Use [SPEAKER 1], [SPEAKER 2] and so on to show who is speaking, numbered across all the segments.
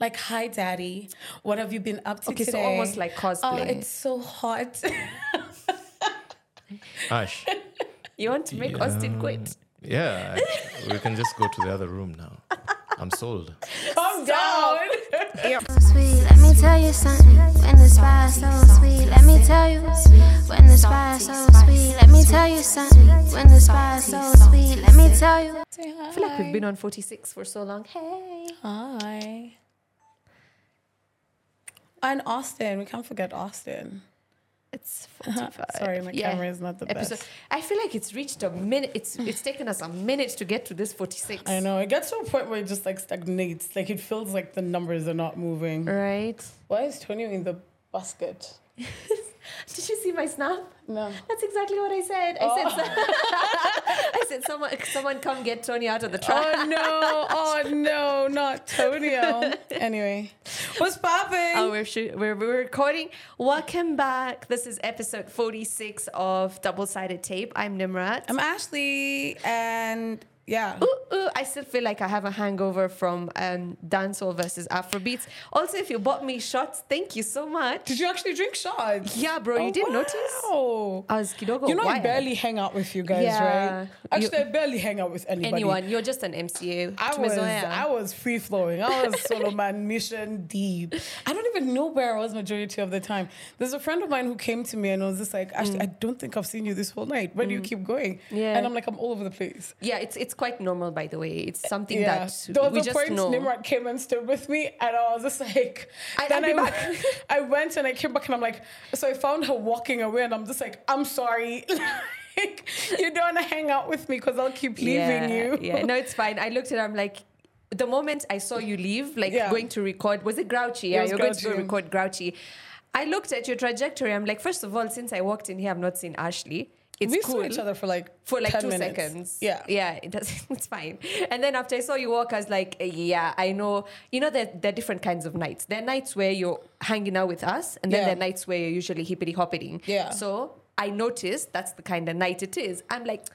[SPEAKER 1] like, "Hi, Daddy, what have you been up to
[SPEAKER 2] Okay, so
[SPEAKER 1] today?"
[SPEAKER 2] almost like
[SPEAKER 1] Oh,
[SPEAKER 2] cosplay.
[SPEAKER 1] it's so hot.
[SPEAKER 3] Ash.
[SPEAKER 2] you want to make Austin quit?
[SPEAKER 3] Yeah, I- we can just go to the other room now. I'm sold.
[SPEAKER 1] Calm down.
[SPEAKER 4] sweet. Let me tell you something. When the spice so sweet, let me tell you. When the spice so sweet, let me tell you something. When the spice so sweet, let me tell you.
[SPEAKER 1] Say hi.
[SPEAKER 2] I feel like we've been on 46 for so long. Hey.
[SPEAKER 1] hi. And Austin, we can't forget Austin.
[SPEAKER 2] It's 45.
[SPEAKER 1] Sorry, my camera is not the best.
[SPEAKER 2] I feel like it's reached a minute. It's it's taken us a minute to get to this 46.
[SPEAKER 1] I know it gets to a point where it just like stagnates. Like it feels like the numbers are not
[SPEAKER 2] Er.
[SPEAKER 1] moving.
[SPEAKER 2] Right?
[SPEAKER 1] Why is Tony in the basket?
[SPEAKER 2] Did you see my snap?
[SPEAKER 1] No.
[SPEAKER 2] That's exactly what I said. I said I said someone someone come get Tony out of the truck.
[SPEAKER 1] Oh no! Oh no! Not Tonio. anyway, what's popping?
[SPEAKER 2] Oh, we're, shoot- we're we're recording. Welcome back. This is episode 46 of Double Sided Tape. I'm Nimrat.
[SPEAKER 1] I'm Ashley, and yeah,
[SPEAKER 2] Ooh, ooh, uh, I still feel like I have a hangover from um, dancehall versus Afrobeats. Also, if you bought me shots, thank you so much.
[SPEAKER 1] did you actually drink shots?
[SPEAKER 2] Yeah, bro, Oh, you didn't notice? Uh,
[SPEAKER 1] Oh.
[SPEAKER 2] I was kidogo
[SPEAKER 1] You know, I
[SPEAKER 2] wired.
[SPEAKER 1] barely hang out with you guys,
[SPEAKER 2] Yeah.
[SPEAKER 1] right? Actually,
[SPEAKER 2] You-
[SPEAKER 1] I barely hang out with anybody.
[SPEAKER 2] Anyone, you're just an MCU.
[SPEAKER 1] I was, I was free flowing. I was solo man, mission deep. I don't even know where I was majority of the time. There's a friend of mine who came to me and was just like, "Actually, I don't think I've seen you this whole night. Where do you keep going?"
[SPEAKER 2] Mm. Yeah.
[SPEAKER 1] and I'm like, "I'm all over the place."
[SPEAKER 2] yeah, it's it's quite normal, by the way. It's something
[SPEAKER 1] Yeah,
[SPEAKER 2] that
[SPEAKER 1] there was
[SPEAKER 2] we
[SPEAKER 1] a
[SPEAKER 2] just
[SPEAKER 1] point
[SPEAKER 2] know.
[SPEAKER 1] Nimrod came and stood with me, and I was just like,
[SPEAKER 2] I-
[SPEAKER 1] then
[SPEAKER 2] I'll be
[SPEAKER 1] I,
[SPEAKER 2] back.
[SPEAKER 1] I went and I came back, and I'm like, so I found her walking away, and I'm just like, I'm sorry, like you don't want to hang out with me because I'll keep leaving
[SPEAKER 2] yeah,
[SPEAKER 1] you.
[SPEAKER 2] Yeah, no, it's fine. I looked at her, I'm like, the moment I saw you leave, like
[SPEAKER 1] Yeah.
[SPEAKER 2] going to record, was it Grouchy? Yeah,
[SPEAKER 1] was
[SPEAKER 2] you're going to
[SPEAKER 1] Grouchy.
[SPEAKER 2] go record Grouchy. I looked at your trajectory. I'm like, first of all, since I walked in here, I've not seen Ashley. It's
[SPEAKER 1] we
[SPEAKER 2] cool.
[SPEAKER 1] saw each other for like
[SPEAKER 2] for like
[SPEAKER 1] 10
[SPEAKER 2] two
[SPEAKER 1] minutes.
[SPEAKER 2] seconds.
[SPEAKER 1] Yeah,
[SPEAKER 2] yeah, it does, it's fine. And then after I saw you walk, I was like, yeah, I know. You know, there, there are different kinds of nights. There are nights where you're hanging out with us, and then
[SPEAKER 1] Yeah.
[SPEAKER 2] there are nights where you're usually hippity hopping.
[SPEAKER 1] Yeah.
[SPEAKER 2] So I noticed that's the kind of night it is. I'm like.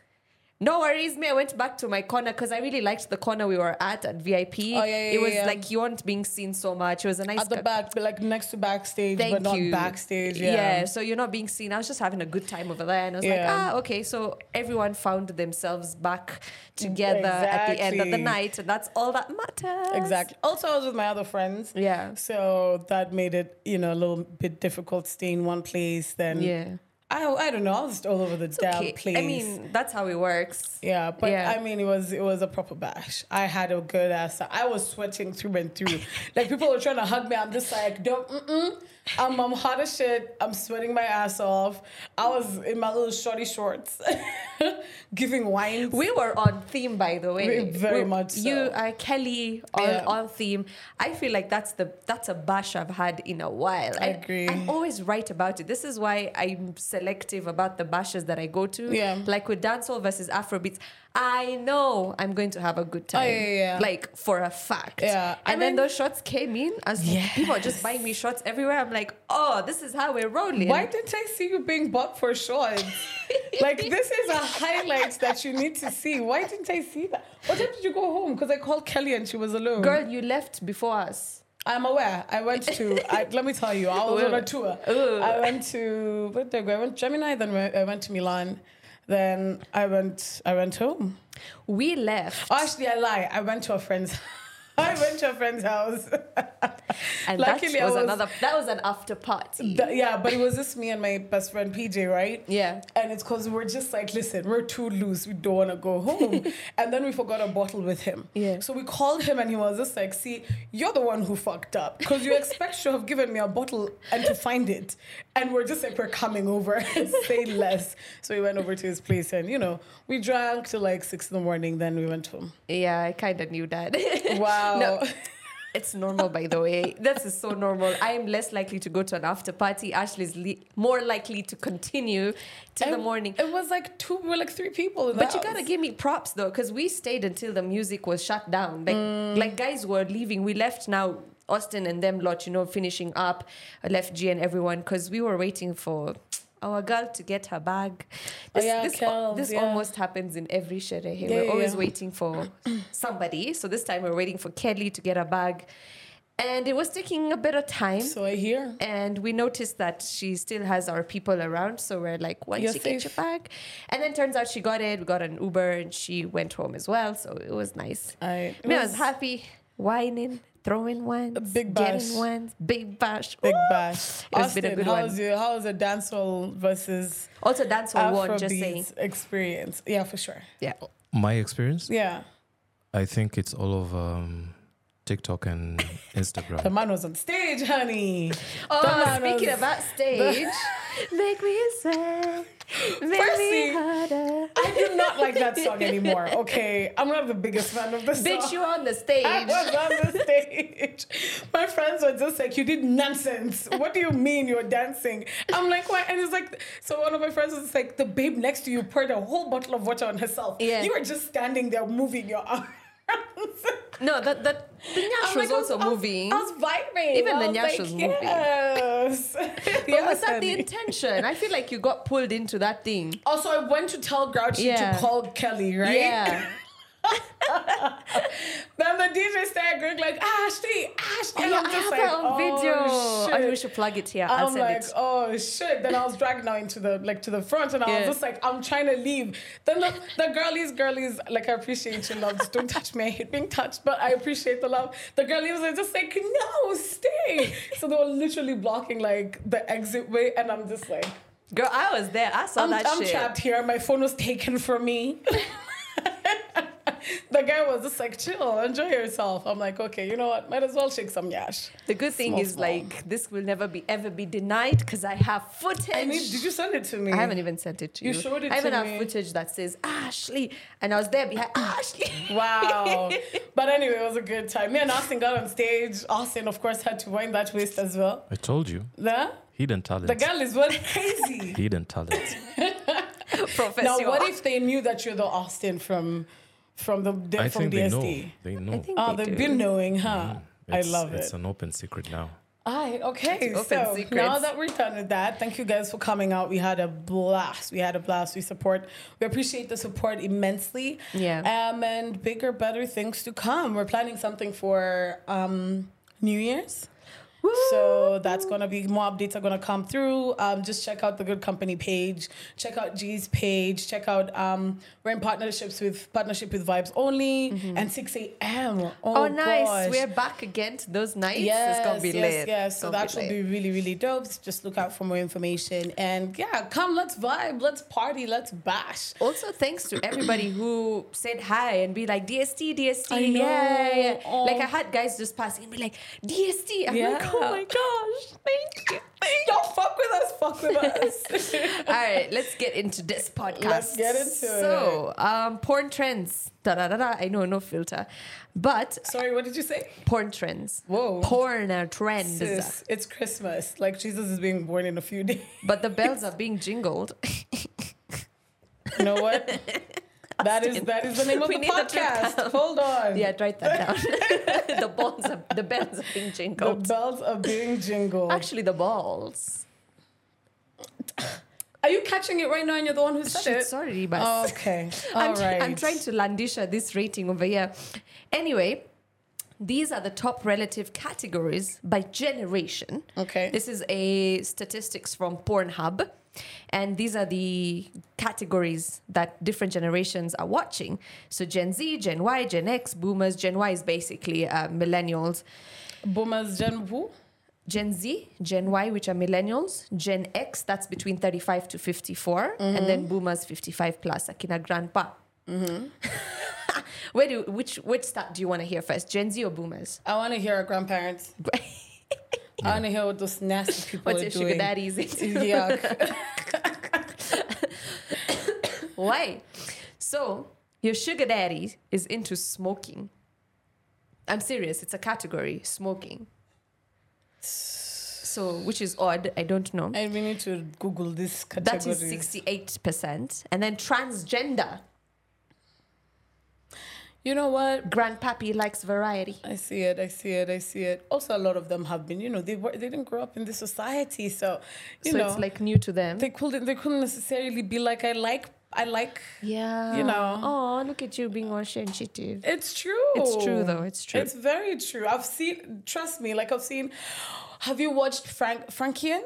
[SPEAKER 2] No worries, me. I went back to my corner because I really liked the corner we were at at VIP.
[SPEAKER 1] Oh, yeah, yeah,
[SPEAKER 2] it was
[SPEAKER 1] yeah.
[SPEAKER 2] like you weren't being seen so much. It was a nice
[SPEAKER 1] at the
[SPEAKER 2] cu-
[SPEAKER 1] back, but like next to backstage,
[SPEAKER 2] Thank
[SPEAKER 1] but not
[SPEAKER 2] you.
[SPEAKER 1] backstage. Yeah.
[SPEAKER 2] so you're not being seen. I was just having a good time over there, and I was
[SPEAKER 1] Yeah.
[SPEAKER 2] like, ah, okay. So everyone found themselves back together at the end of the
[SPEAKER 1] Exactly.
[SPEAKER 2] night, and that's all that matters.
[SPEAKER 1] Exactly. Also, I was with my other friends.
[SPEAKER 2] Yeah.
[SPEAKER 1] So that made it, you know, a little bit difficult staying in one place. Then
[SPEAKER 2] Yeah.
[SPEAKER 1] I, I don't know. I was just all over the damn
[SPEAKER 2] Okay.
[SPEAKER 1] place.
[SPEAKER 2] I mean, that's how it works.
[SPEAKER 1] yeah, but
[SPEAKER 2] yeah.
[SPEAKER 1] I mean, it was it was a proper bash. I had a good ass. I was sweating through and through. like people were trying to hug me. I'm just like, don't. Mm-mm. I'm I'm hot as shit. I'm sweating my ass off. I was in my little shorty shorts, giving wine.
[SPEAKER 2] We were on theme, by the way.
[SPEAKER 1] We- very much
[SPEAKER 2] You,
[SPEAKER 1] so.
[SPEAKER 2] uh, Kelly, on,
[SPEAKER 1] Yeah.
[SPEAKER 2] on theme. I feel like that's the that's a bash I've had in a while.
[SPEAKER 1] I agree.
[SPEAKER 2] I'm always right about it. This is why I'm selective about the bashes that I go to.
[SPEAKER 1] Yeah.
[SPEAKER 2] Like with dancehall versus Afrobeats, I know I'm going to have a good time.
[SPEAKER 1] Oh, yeah, yeah, yeah.
[SPEAKER 2] Like for a fact.
[SPEAKER 1] Yeah, I
[SPEAKER 2] And then
[SPEAKER 1] mean-
[SPEAKER 2] those shots came in. As people are just buying me shots everywhere. I'm like, oh, this is how we're rolling.
[SPEAKER 1] Why didn't I see you being bought for shorts? like this is a highlight that you need to see. Why didn't I see that? What time did you go home? Because I called Kelly and she was alone.
[SPEAKER 2] Girl, you left before us.
[SPEAKER 1] I'm aware. I went to. I, let me tell you, I was on a tour.
[SPEAKER 2] Ooh.
[SPEAKER 1] I went to. Where did I go? I went to Gemini. Then we- I went to Milan. Then I went. I went home.
[SPEAKER 2] We left.
[SPEAKER 1] Oh, actually, I lie. I went to a friend's. I went to a friend's house.
[SPEAKER 2] And
[SPEAKER 1] Luckily,
[SPEAKER 2] that
[SPEAKER 1] I
[SPEAKER 2] was,
[SPEAKER 1] was-
[SPEAKER 2] another. That was an after party.
[SPEAKER 1] Th- yeah, but it was just me and my best friend PJ, right?
[SPEAKER 2] Yeah.
[SPEAKER 1] And it's because we're just like, listen, we're too loose. We don't want to go home. and then we forgot a bottle with him.
[SPEAKER 2] Yeah.
[SPEAKER 1] So we called him and he was just like, see, you're the one who fucked up because you expect to have given me a bottle and to find it. And we're just like, we're coming over and say less. So we went over to his place and, you know, we drank till like six in the morning. Then we went home.
[SPEAKER 2] yeah, I kind of knew that.
[SPEAKER 1] Wow.
[SPEAKER 2] No, it's normal, by the way. This is so normal. I am less likely to go to an after party. Ashley's le- more likely to continue till the
[SPEAKER 1] And
[SPEAKER 2] morning.
[SPEAKER 1] It was like two, we were like three people. In the
[SPEAKER 2] But you gotta
[SPEAKER 1] house.
[SPEAKER 2] give me props though, because we stayed until the music was shut down. Like,
[SPEAKER 1] Mm.
[SPEAKER 2] like guys were leaving. We left now. Austin and them lot, you know, finishing up. I left G and everyone because we were waiting for our girl to get her bag.
[SPEAKER 1] Oh,
[SPEAKER 2] This,
[SPEAKER 1] yeah,
[SPEAKER 2] this,
[SPEAKER 1] Kels,
[SPEAKER 2] this
[SPEAKER 1] yeah.
[SPEAKER 2] almost happens in every shere. here.
[SPEAKER 1] Yeah,
[SPEAKER 2] we're
[SPEAKER 1] yeah,
[SPEAKER 2] always
[SPEAKER 1] yeah.
[SPEAKER 2] waiting for somebody. So this time we're waiting for Kelly to get her bag. And it was taking a bit of time.
[SPEAKER 1] So I hear.
[SPEAKER 2] and we noticed that she still has our people around, so we're like, "Once
[SPEAKER 1] You're
[SPEAKER 2] you get your
[SPEAKER 1] safe.
[SPEAKER 2] bag," and then turns out she got it. We got an Uber, and she went home as well, so it was nice.
[SPEAKER 1] I-
[SPEAKER 2] I mean, I was
[SPEAKER 1] was-
[SPEAKER 2] happy, whining, throwing ones,
[SPEAKER 1] big
[SPEAKER 2] getting
[SPEAKER 1] bash.
[SPEAKER 2] ones, big bash,
[SPEAKER 1] Big
[SPEAKER 2] Ooh!
[SPEAKER 1] bash.
[SPEAKER 2] It has been a
[SPEAKER 1] Austin,
[SPEAKER 2] good
[SPEAKER 1] how
[SPEAKER 2] one.
[SPEAKER 1] was your how was your dancehall versus
[SPEAKER 2] Also, dance for one, just saying,
[SPEAKER 1] Afrobeats experience? Yeah, for sure.
[SPEAKER 2] yeah.
[SPEAKER 3] My experience,
[SPEAKER 1] Yeah.
[SPEAKER 3] I think it's all of um, TikTok and
[SPEAKER 1] The
[SPEAKER 3] Instagram.
[SPEAKER 1] man was on stage, honey.
[SPEAKER 2] Oh,
[SPEAKER 1] man
[SPEAKER 2] speaking
[SPEAKER 1] was-
[SPEAKER 2] about stage, make me sweat, make
[SPEAKER 1] Percy.
[SPEAKER 2] me harder.
[SPEAKER 1] I do not like that song anymore. Okay, I'm not the biggest fan of the song.
[SPEAKER 2] Bitch, you on the stage.
[SPEAKER 1] I was on the stage. My friends were just like, "You did nonsense. What do you mean you're dancing?" I'm like, "What?" And it's like, so one of my friends was like, "The babe next to you poured a whole bottle of water on herself.
[SPEAKER 2] Yeah.
[SPEAKER 1] You were just standing there moving your arms."
[SPEAKER 2] No, that that the Nyash
[SPEAKER 1] I'm
[SPEAKER 2] was
[SPEAKER 1] like, I
[SPEAKER 2] also
[SPEAKER 1] I was-
[SPEAKER 2] moving.
[SPEAKER 1] I was vibrating.
[SPEAKER 2] Even
[SPEAKER 1] I
[SPEAKER 2] the
[SPEAKER 1] was
[SPEAKER 2] Nyash was moving.
[SPEAKER 1] yes.
[SPEAKER 2] But was
[SPEAKER 1] Yes,
[SPEAKER 2] that the
[SPEAKER 1] honey.
[SPEAKER 2] intention? I feel like you got pulled into that thing.
[SPEAKER 1] Also, I went to tell Grouchy
[SPEAKER 2] Yeah.
[SPEAKER 1] to call Kelly, right?
[SPEAKER 2] Yeah.
[SPEAKER 1] Then the DJ started going like, Ashley, Ashley.
[SPEAKER 2] Oh,
[SPEAKER 1] and
[SPEAKER 2] yeah,
[SPEAKER 1] I'm
[SPEAKER 2] I
[SPEAKER 1] just
[SPEAKER 2] have
[SPEAKER 1] like,
[SPEAKER 2] that on
[SPEAKER 1] oh,
[SPEAKER 2] video. I
[SPEAKER 1] Shit.
[SPEAKER 2] we should plug it here. I'll
[SPEAKER 1] I'm
[SPEAKER 2] send
[SPEAKER 1] like,
[SPEAKER 2] it.
[SPEAKER 1] oh shit. Then I was dragged now into the like to the front and I
[SPEAKER 2] Yeah.
[SPEAKER 1] was just like, I'm trying to leave. Then the, the girlies, girlies, like I appreciate your love. Just don't touch me. I hate being touched, but I appreciate the love. The girlies are just like, no, stay. So they were literally blocking like the exit way, and I'm just like,
[SPEAKER 2] Girl, I was there. I saw
[SPEAKER 1] I'm,
[SPEAKER 2] Oh, that
[SPEAKER 1] I'm
[SPEAKER 2] shit.
[SPEAKER 1] trapped here. My phone was taken from me. the guy was just like, chill, enjoy yourself. I'm like, okay, you know what? Might as well shake some yash.
[SPEAKER 2] The good thing
[SPEAKER 1] Small,
[SPEAKER 2] is
[SPEAKER 1] small.
[SPEAKER 2] like this will never be ever be denied because I have footage.
[SPEAKER 1] I mean, did you send it to me?
[SPEAKER 2] I haven't even sent it to you.
[SPEAKER 1] You showed it
[SPEAKER 2] I even
[SPEAKER 1] to
[SPEAKER 2] have
[SPEAKER 1] me.
[SPEAKER 2] footage that says Ashley, and I was there behind Ashley.
[SPEAKER 1] Wow. but anyway, it was a good time. Me and Austin got on stage. Austin, of course, had to wind that waist as well.
[SPEAKER 3] I told you,
[SPEAKER 1] The,
[SPEAKER 3] hidden
[SPEAKER 1] the
[SPEAKER 3] talent.
[SPEAKER 1] girl is well crazy.
[SPEAKER 3] Hidden talent.
[SPEAKER 2] Professor.
[SPEAKER 1] now, what if they knew that you're the Austin from from the
[SPEAKER 3] I
[SPEAKER 1] from
[SPEAKER 3] think they know.
[SPEAKER 1] DSD?
[SPEAKER 3] They know.
[SPEAKER 2] I think
[SPEAKER 1] Oh,
[SPEAKER 2] they
[SPEAKER 1] they've
[SPEAKER 2] do.
[SPEAKER 1] been knowing, huh? I
[SPEAKER 3] It's-
[SPEAKER 1] love it.
[SPEAKER 3] It's an open secret now.
[SPEAKER 1] Alright, okay.
[SPEAKER 2] It's open
[SPEAKER 1] so
[SPEAKER 2] secrets.
[SPEAKER 1] now that we're done with that, thank you guys for coming out. We had a blast. We had a blast. We support. We appreciate the support immensely.
[SPEAKER 2] Yeah.
[SPEAKER 1] Um, and bigger, better things to come. We're planning something for um New Year's.
[SPEAKER 2] Woo!
[SPEAKER 1] So that's gonna be more updates are gonna come through. Um, just check out the Good Company page, check out G's page, check out um, we're in partnerships with partnership with Vibes Only and six a.m. Oh,
[SPEAKER 2] Mm-hmm. Oh, nice.
[SPEAKER 1] gosh.
[SPEAKER 2] We're back again to those nights.
[SPEAKER 1] Yes,
[SPEAKER 2] it's gonna be
[SPEAKER 1] yes,
[SPEAKER 2] lit.
[SPEAKER 1] yes.
[SPEAKER 2] It's
[SPEAKER 1] So
[SPEAKER 2] gonna
[SPEAKER 1] that should
[SPEAKER 2] lit.
[SPEAKER 1] be really, really dope. Just look out for more information. And yeah, come, let's vibe, let's party, let's bash.
[SPEAKER 2] Also, thanks to everybody who said hi and be like, DST, DST.
[SPEAKER 1] I
[SPEAKER 2] Yeah,
[SPEAKER 1] know.
[SPEAKER 2] yeah.
[SPEAKER 1] Oh.
[SPEAKER 2] Like, I had guys just passing and be like, DST. I'm like,
[SPEAKER 1] Yeah.
[SPEAKER 2] oh my gosh, thank you. Thank you.
[SPEAKER 1] Don't fuck with us, fuck with us.
[SPEAKER 2] All right, let's get into this podcast.
[SPEAKER 1] Let's get into
[SPEAKER 2] So, um, porn trends. Da da da da. I know, no filter. But
[SPEAKER 1] Sorry, what did you say?
[SPEAKER 2] porn trends.
[SPEAKER 1] Whoa.
[SPEAKER 2] Porn uh, trends.
[SPEAKER 1] Sis, it's Christmas. Like Jesus is being born in a few days.
[SPEAKER 2] But the bells are being jingled.
[SPEAKER 1] You know what? that is that is the name of
[SPEAKER 2] We
[SPEAKER 1] the
[SPEAKER 2] need the trip
[SPEAKER 1] podcast. Hold on.
[SPEAKER 2] yeah, write that down. the balls are, the bells are being
[SPEAKER 1] The
[SPEAKER 2] jingled.
[SPEAKER 1] bells are being jingled.
[SPEAKER 2] Actually, the balls.
[SPEAKER 1] are you catching it right now? And you're the one who said
[SPEAKER 2] Shit,
[SPEAKER 1] it.
[SPEAKER 2] sorry, but
[SPEAKER 1] Oh, Okay.
[SPEAKER 2] I'm,
[SPEAKER 1] All
[SPEAKER 2] tr-
[SPEAKER 1] right.
[SPEAKER 2] I'm trying to Landisha this rating over here. Anyway, these are the top relative categories by generation.
[SPEAKER 1] Okay.
[SPEAKER 2] This is a statistics from Pornhub. And these are the categories that different generations are watching. So Gen Z, Gen Y, Gen X, Boomers. Gen Y is basically uh, millennials.
[SPEAKER 1] Boomers Gen Who?
[SPEAKER 2] Gen Z, Gen Y, which are millennials, Gen X, that's between 35 to 54, and
[SPEAKER 1] Mm-hmm.
[SPEAKER 2] then boomers 55 plus, akina grandpa. Where do which which stat do you want to hear first? Gen Z or boomers?
[SPEAKER 1] I want to hear our grandparents. I want to hear what those nasty people
[SPEAKER 2] What's
[SPEAKER 1] are
[SPEAKER 2] your
[SPEAKER 1] doing.
[SPEAKER 2] sugar daddy's?
[SPEAKER 1] Yuck.
[SPEAKER 2] Why? So your sugar daddy is into smoking. I'm serious, it's a category, smoking. So which is odd, I don't know.
[SPEAKER 1] and we need to Google this category.
[SPEAKER 2] That is 68%. And then transgender.
[SPEAKER 1] You know what?
[SPEAKER 2] Grandpappy likes variety.
[SPEAKER 1] I see it. I see it. I see it. Also, a lot of them have been. You know, they were, they didn't grow up in this society, so you
[SPEAKER 2] so
[SPEAKER 1] know,
[SPEAKER 2] it's like new to them.
[SPEAKER 1] they couldn't they couldn't necessarily be like I like I like.
[SPEAKER 2] Yeah.
[SPEAKER 1] You know.
[SPEAKER 2] Oh, look at you being washy and shitty.
[SPEAKER 1] It's true.
[SPEAKER 2] It's true, though. It's true.
[SPEAKER 1] It's very true. I've seen. Trust me. Like I've seen. Have you watched Frank Frankian?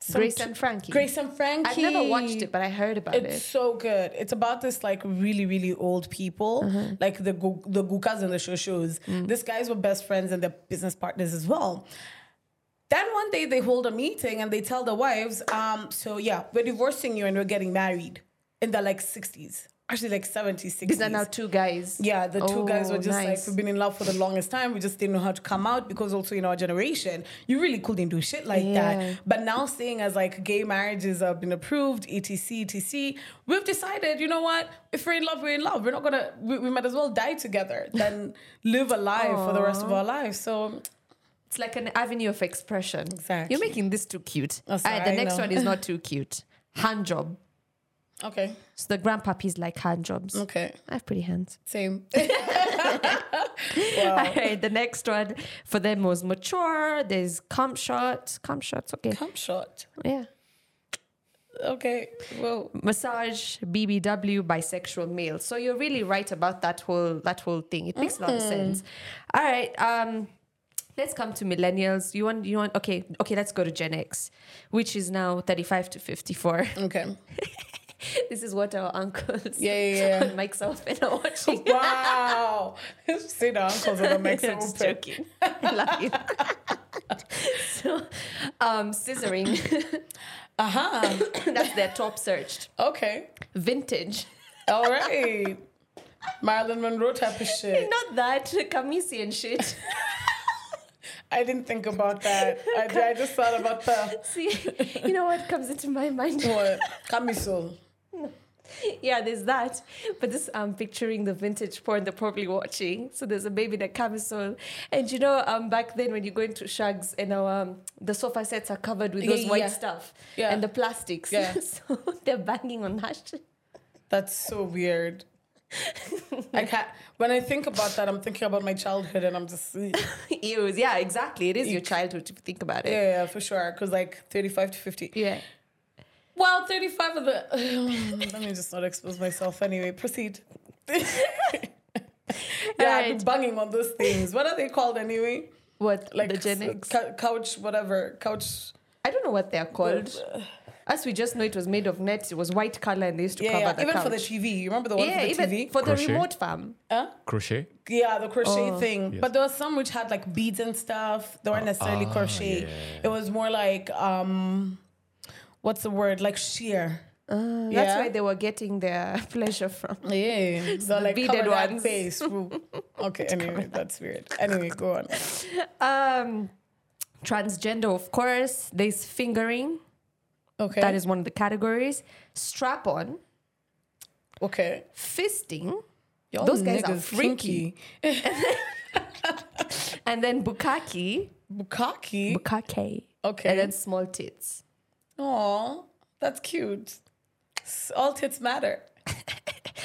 [SPEAKER 1] Some
[SPEAKER 2] Grace
[SPEAKER 1] t-
[SPEAKER 2] and Frankie.
[SPEAKER 1] Grace and Frankie.
[SPEAKER 2] I've never watched it, but I heard about
[SPEAKER 1] It's
[SPEAKER 2] it.
[SPEAKER 1] so good. It's about this like really really old people,
[SPEAKER 2] Uh-huh.
[SPEAKER 1] like the gu- the Gukas and the Shoshos.
[SPEAKER 2] Mm.
[SPEAKER 1] These guys were best friends and they're business partners as well. Then one day they hold a meeting and they tell the wives, um, so yeah, we're divorcing you and we're getting married in the like 60s, actually like 70s, 60s.
[SPEAKER 2] These are now two guys.
[SPEAKER 1] Yeah, the two guys
[SPEAKER 2] Oh,
[SPEAKER 1] were just
[SPEAKER 2] nice.
[SPEAKER 1] like we've been in love for the longest time. We just didn't know how to come out because also in our generation, you really couldn't do shit like
[SPEAKER 2] Yeah.
[SPEAKER 1] that. But now seeing as like gay marriages have been approved, etc, etc, we've decided, you know what? If we're in love, we're in love. We're not gonna. We, we might as well die together than live alive for the rest of our lives. So
[SPEAKER 2] It's like an avenue of expression.
[SPEAKER 1] Exactly.
[SPEAKER 2] You're making this too cute.
[SPEAKER 1] Oh, sorry,
[SPEAKER 2] Alright, the
[SPEAKER 1] I
[SPEAKER 2] next
[SPEAKER 1] know.
[SPEAKER 2] one is not too cute. Hand job.
[SPEAKER 1] okay,
[SPEAKER 2] So the grandpappies like hand jobs.
[SPEAKER 1] okay,
[SPEAKER 2] I have pretty hands.
[SPEAKER 1] same.
[SPEAKER 2] All right, the next one for them was mature. There's cum shot. Cum shots, okay.
[SPEAKER 1] Come short.
[SPEAKER 2] Yeah.
[SPEAKER 1] Okay, well,
[SPEAKER 2] Massage, BBW, bisexual male. So you're really right about that whole that whole thing. It makes a lot
[SPEAKER 1] Mm-hmm.
[SPEAKER 2] of sense. All right. Um let's come to millennials. You want you want okay, okay, let's go to Gen X, which is now 35 to 54.
[SPEAKER 1] okay.
[SPEAKER 2] this is what our uncles
[SPEAKER 1] Yeah, yeah, yeah.
[SPEAKER 2] and Mike's often are watching.
[SPEAKER 1] Wow. See the uncles of the
[SPEAKER 2] I'm
[SPEAKER 1] Mexican
[SPEAKER 2] just joking. I love you. so, um, scissoring,
[SPEAKER 1] Uh huh.
[SPEAKER 2] that's their top searched.
[SPEAKER 1] Okay.
[SPEAKER 2] Vintage.
[SPEAKER 1] All right. Marilyn Monroe type of shit.
[SPEAKER 2] Not that, Kamisi and shit.
[SPEAKER 1] I didn't think about that. I, I just thought about the
[SPEAKER 2] See, you know what comes into my mind?
[SPEAKER 1] what camisole.
[SPEAKER 2] Yeah, there's that. But this, I'm picturing the vintage porn they're probably watching. So there's a baby in a camisole. And you know, um, back then when you go into Shags and our, um, the sofa sets are covered with
[SPEAKER 1] Yeah,
[SPEAKER 2] those white
[SPEAKER 1] yeah.
[SPEAKER 2] stuff
[SPEAKER 1] Yeah.
[SPEAKER 2] and the plastics.
[SPEAKER 1] Yeah.
[SPEAKER 2] so they're banging on that shit.
[SPEAKER 1] That's so weird. I can't. When I think about that, I'm thinking about my childhood, and I'm just yeah,
[SPEAKER 2] Ews. Yeah, exactly. It is your childhood if you think about it.
[SPEAKER 1] yeah for sure. Cause like 35 to 50.
[SPEAKER 2] Yeah.
[SPEAKER 1] Well, 35 of the. let me just not expose myself. Anyway, proceed. yeah, I've
[SPEAKER 2] Alright.
[SPEAKER 1] been banging on those things. What are they called anyway?
[SPEAKER 2] What
[SPEAKER 1] Like
[SPEAKER 2] the Gen
[SPEAKER 1] s-
[SPEAKER 2] X?
[SPEAKER 1] cou- couch, whatever couch.
[SPEAKER 2] I don't know what they're called. As we just know, it was made of nets. It was white color, and they used to
[SPEAKER 1] Yeah,
[SPEAKER 2] cover
[SPEAKER 1] yeah.
[SPEAKER 2] the
[SPEAKER 1] even
[SPEAKER 2] couch.
[SPEAKER 1] for the TV. You remember the one
[SPEAKER 2] yeah,
[SPEAKER 1] for the
[SPEAKER 2] even
[SPEAKER 1] TV?
[SPEAKER 2] for the
[SPEAKER 3] Crochet.
[SPEAKER 2] remote farm.
[SPEAKER 1] Huh?
[SPEAKER 3] Crochet?
[SPEAKER 1] Yeah, the crochet
[SPEAKER 2] Oh.
[SPEAKER 1] thing. But there was some which had like beads and stuff. They weren't necessarily
[SPEAKER 3] ah,
[SPEAKER 1] crochet.
[SPEAKER 3] yeah.
[SPEAKER 1] It was more like um, what's the word? Like sheer.
[SPEAKER 2] Uh, That's
[SPEAKER 1] Yeah.
[SPEAKER 2] where they were getting their pleasure from.
[SPEAKER 1] Yeah. So like
[SPEAKER 2] beaded
[SPEAKER 1] beaded
[SPEAKER 2] ones.
[SPEAKER 1] ones. Face. Ooh. okay. Anyway, that's weird. Anyway, go on.
[SPEAKER 2] Um, transgender, of course. There's fingering.
[SPEAKER 1] Okay.
[SPEAKER 2] That is one of the categories. Strap on,
[SPEAKER 1] okay.
[SPEAKER 2] fisting,
[SPEAKER 1] Y'all
[SPEAKER 2] Those guys are
[SPEAKER 1] niggas kinky.
[SPEAKER 2] and then bukkake.
[SPEAKER 1] Bukaki.
[SPEAKER 2] Bukkake.
[SPEAKER 1] Okay.
[SPEAKER 2] And then small tits.
[SPEAKER 1] Aw, that's cute. S- All tits matter.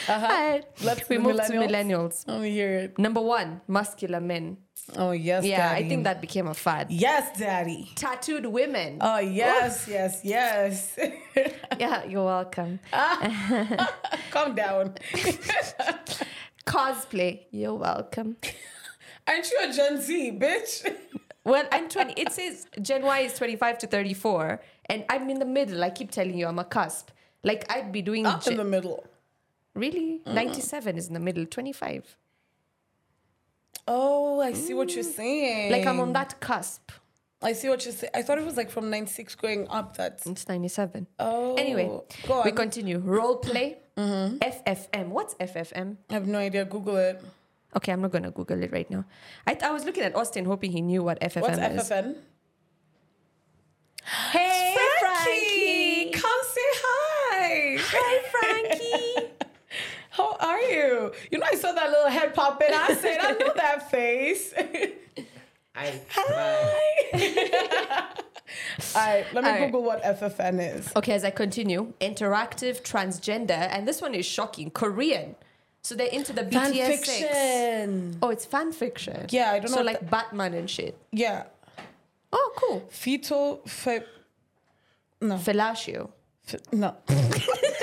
[SPEAKER 2] Alright,
[SPEAKER 1] Let's
[SPEAKER 2] we
[SPEAKER 1] the
[SPEAKER 2] move to
[SPEAKER 1] millennials.
[SPEAKER 2] Uh-huh. millennials.
[SPEAKER 1] Let me hear it.
[SPEAKER 2] Number one, muscular men.
[SPEAKER 1] Oh yes.
[SPEAKER 2] Yeah,
[SPEAKER 1] daddy.
[SPEAKER 2] I think that became a fad.
[SPEAKER 1] Yes, daddy.
[SPEAKER 2] Tattooed women.
[SPEAKER 1] Oh yes, yes, yes.
[SPEAKER 2] yeah, you're welcome.
[SPEAKER 1] Calm down.
[SPEAKER 2] Cosplay. You're welcome.
[SPEAKER 1] Aren't you a Gen Z, bitch?
[SPEAKER 2] Well, I'm 20. It says Gen Y is 25 to 34, and I'm in the middle. I keep telling you, I'm a cusp. Like I'd be doing
[SPEAKER 1] Up in
[SPEAKER 2] gen-
[SPEAKER 1] the middle.
[SPEAKER 2] really 97 is in the middle, 25.
[SPEAKER 1] Oh, I see what you're saying.
[SPEAKER 2] Like I'm on that cusp.
[SPEAKER 1] I see what you're saying. I thought it was like from 96 going up. That's
[SPEAKER 2] It's 97.
[SPEAKER 1] oh.
[SPEAKER 2] Mm. anyway,
[SPEAKER 1] go on. Mm-hmm.
[SPEAKER 2] we continue. Role play. FFM. What's FFM?
[SPEAKER 1] I have no idea. Google it.
[SPEAKER 2] Okay, I'm not gonna Google it right now. I, I was looking at Austin, hoping he knew what FFM
[SPEAKER 1] What's
[SPEAKER 2] is.
[SPEAKER 1] FFN?
[SPEAKER 2] Hey,
[SPEAKER 1] Frankie, come say hi.
[SPEAKER 2] Hi, Frankie.
[SPEAKER 1] How are you? You know, I saw that little head pop in. I said, I know that face.
[SPEAKER 5] I
[SPEAKER 1] All right, let me
[SPEAKER 2] All right.
[SPEAKER 1] Google what FFN is.
[SPEAKER 2] okay, as I continue, interactive transgender, and this one is shocking. Korean. So they're into the BTS sex. Oh, it's fan fiction.
[SPEAKER 1] Yeah, I don't
[SPEAKER 2] so
[SPEAKER 1] know
[SPEAKER 2] So
[SPEAKER 1] what
[SPEAKER 2] like Batman and shit.
[SPEAKER 1] Yeah.
[SPEAKER 2] Oh, cool.
[SPEAKER 1] Fetal. Fe-
[SPEAKER 2] Fellatio.
[SPEAKER 1] fe- no.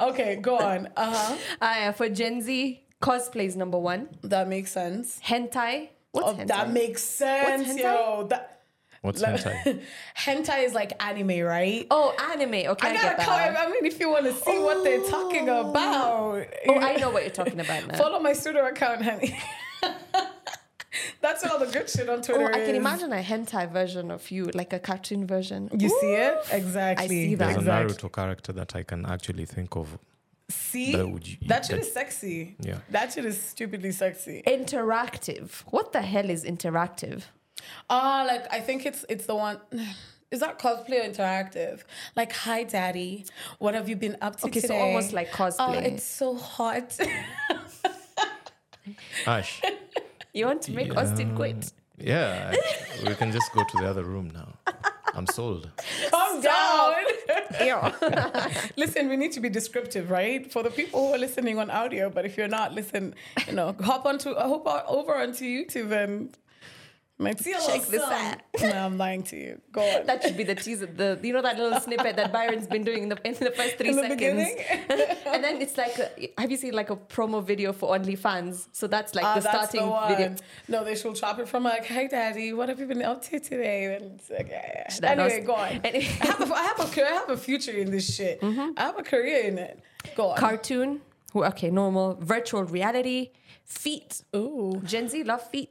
[SPEAKER 1] Okay, go on. Uh huh.
[SPEAKER 2] Uh, for Gen Z, cosplay is number one.
[SPEAKER 1] That makes sense.
[SPEAKER 2] Hentai. What's
[SPEAKER 1] Oh,
[SPEAKER 2] hentai?
[SPEAKER 1] that makes sense,
[SPEAKER 2] hentai?
[SPEAKER 1] yo. That
[SPEAKER 3] What's
[SPEAKER 1] Let-
[SPEAKER 3] hentai?
[SPEAKER 1] hentai is like anime, right?
[SPEAKER 2] oh, anime. Okay, I,
[SPEAKER 1] I
[SPEAKER 2] get
[SPEAKER 1] gotta
[SPEAKER 2] that.
[SPEAKER 1] call
[SPEAKER 2] one.
[SPEAKER 1] I mean, if you want to see what they're talking about,
[SPEAKER 2] Oh, I know what you're talking about now.
[SPEAKER 1] follow my pseudo account, honey. That's all the good shit on Twitter.
[SPEAKER 2] Oh, I
[SPEAKER 1] is.
[SPEAKER 2] can imagine a hentai version of you, like a cartoon version.
[SPEAKER 1] You see it exactly.
[SPEAKER 2] see that.
[SPEAKER 3] There's a
[SPEAKER 1] Exactly.
[SPEAKER 3] Naruto character that I can actually think of.
[SPEAKER 1] See
[SPEAKER 3] That would you-
[SPEAKER 1] that shit
[SPEAKER 3] that-
[SPEAKER 1] is sexy.
[SPEAKER 3] Yeah.
[SPEAKER 1] that shit is stupidly sexy.
[SPEAKER 2] Interactive. What the hell is interactive?
[SPEAKER 1] Ah, like I think it's it's the one. Is that cosplay or interactive? Like, hi, daddy. What have you been up to
[SPEAKER 2] Okay, so
[SPEAKER 1] today?
[SPEAKER 2] almost like
[SPEAKER 1] Oh,
[SPEAKER 2] cosplay.
[SPEAKER 1] it's so hot.
[SPEAKER 3] Ash.
[SPEAKER 2] You want to make Austin quit?
[SPEAKER 3] Yeah, I- we can just go to the other room now. I'm sold.
[SPEAKER 1] Calm down.
[SPEAKER 2] Yeah.
[SPEAKER 1] Listen, we need to be descriptive, right? For the people who are listening on audio, but if you're not, listen, you know, hop onto, uh, hop o- over onto YouTube and might see a little
[SPEAKER 2] Check this
[SPEAKER 1] something.
[SPEAKER 2] out.
[SPEAKER 1] No, I'm lying to you. Go on.
[SPEAKER 2] that should be the teaser. The you know that little snippet that Byron's been doing in the, in the first three
[SPEAKER 1] In the
[SPEAKER 2] seconds,
[SPEAKER 1] beginning?
[SPEAKER 2] and then it's like, a, have you seen like a promo video for OnlyFans? So that's like
[SPEAKER 1] Ah,
[SPEAKER 2] the
[SPEAKER 1] that's
[SPEAKER 2] starting
[SPEAKER 1] the one.
[SPEAKER 2] video.
[SPEAKER 1] No, they should chop it from like, "Hey, daddy, what have you been up to today?" And it's like, yeah, yeah.
[SPEAKER 2] That
[SPEAKER 1] anyway,
[SPEAKER 2] was-
[SPEAKER 1] go on.
[SPEAKER 2] Any-
[SPEAKER 1] I have a, I have a career. I have a future in this shit.
[SPEAKER 2] Mm-hmm.
[SPEAKER 1] I have a career in it. Go on.
[SPEAKER 2] Cartoon. Who- Okay, normal virtual reality. Feet.
[SPEAKER 1] Ooh,
[SPEAKER 2] Gen Z love feet,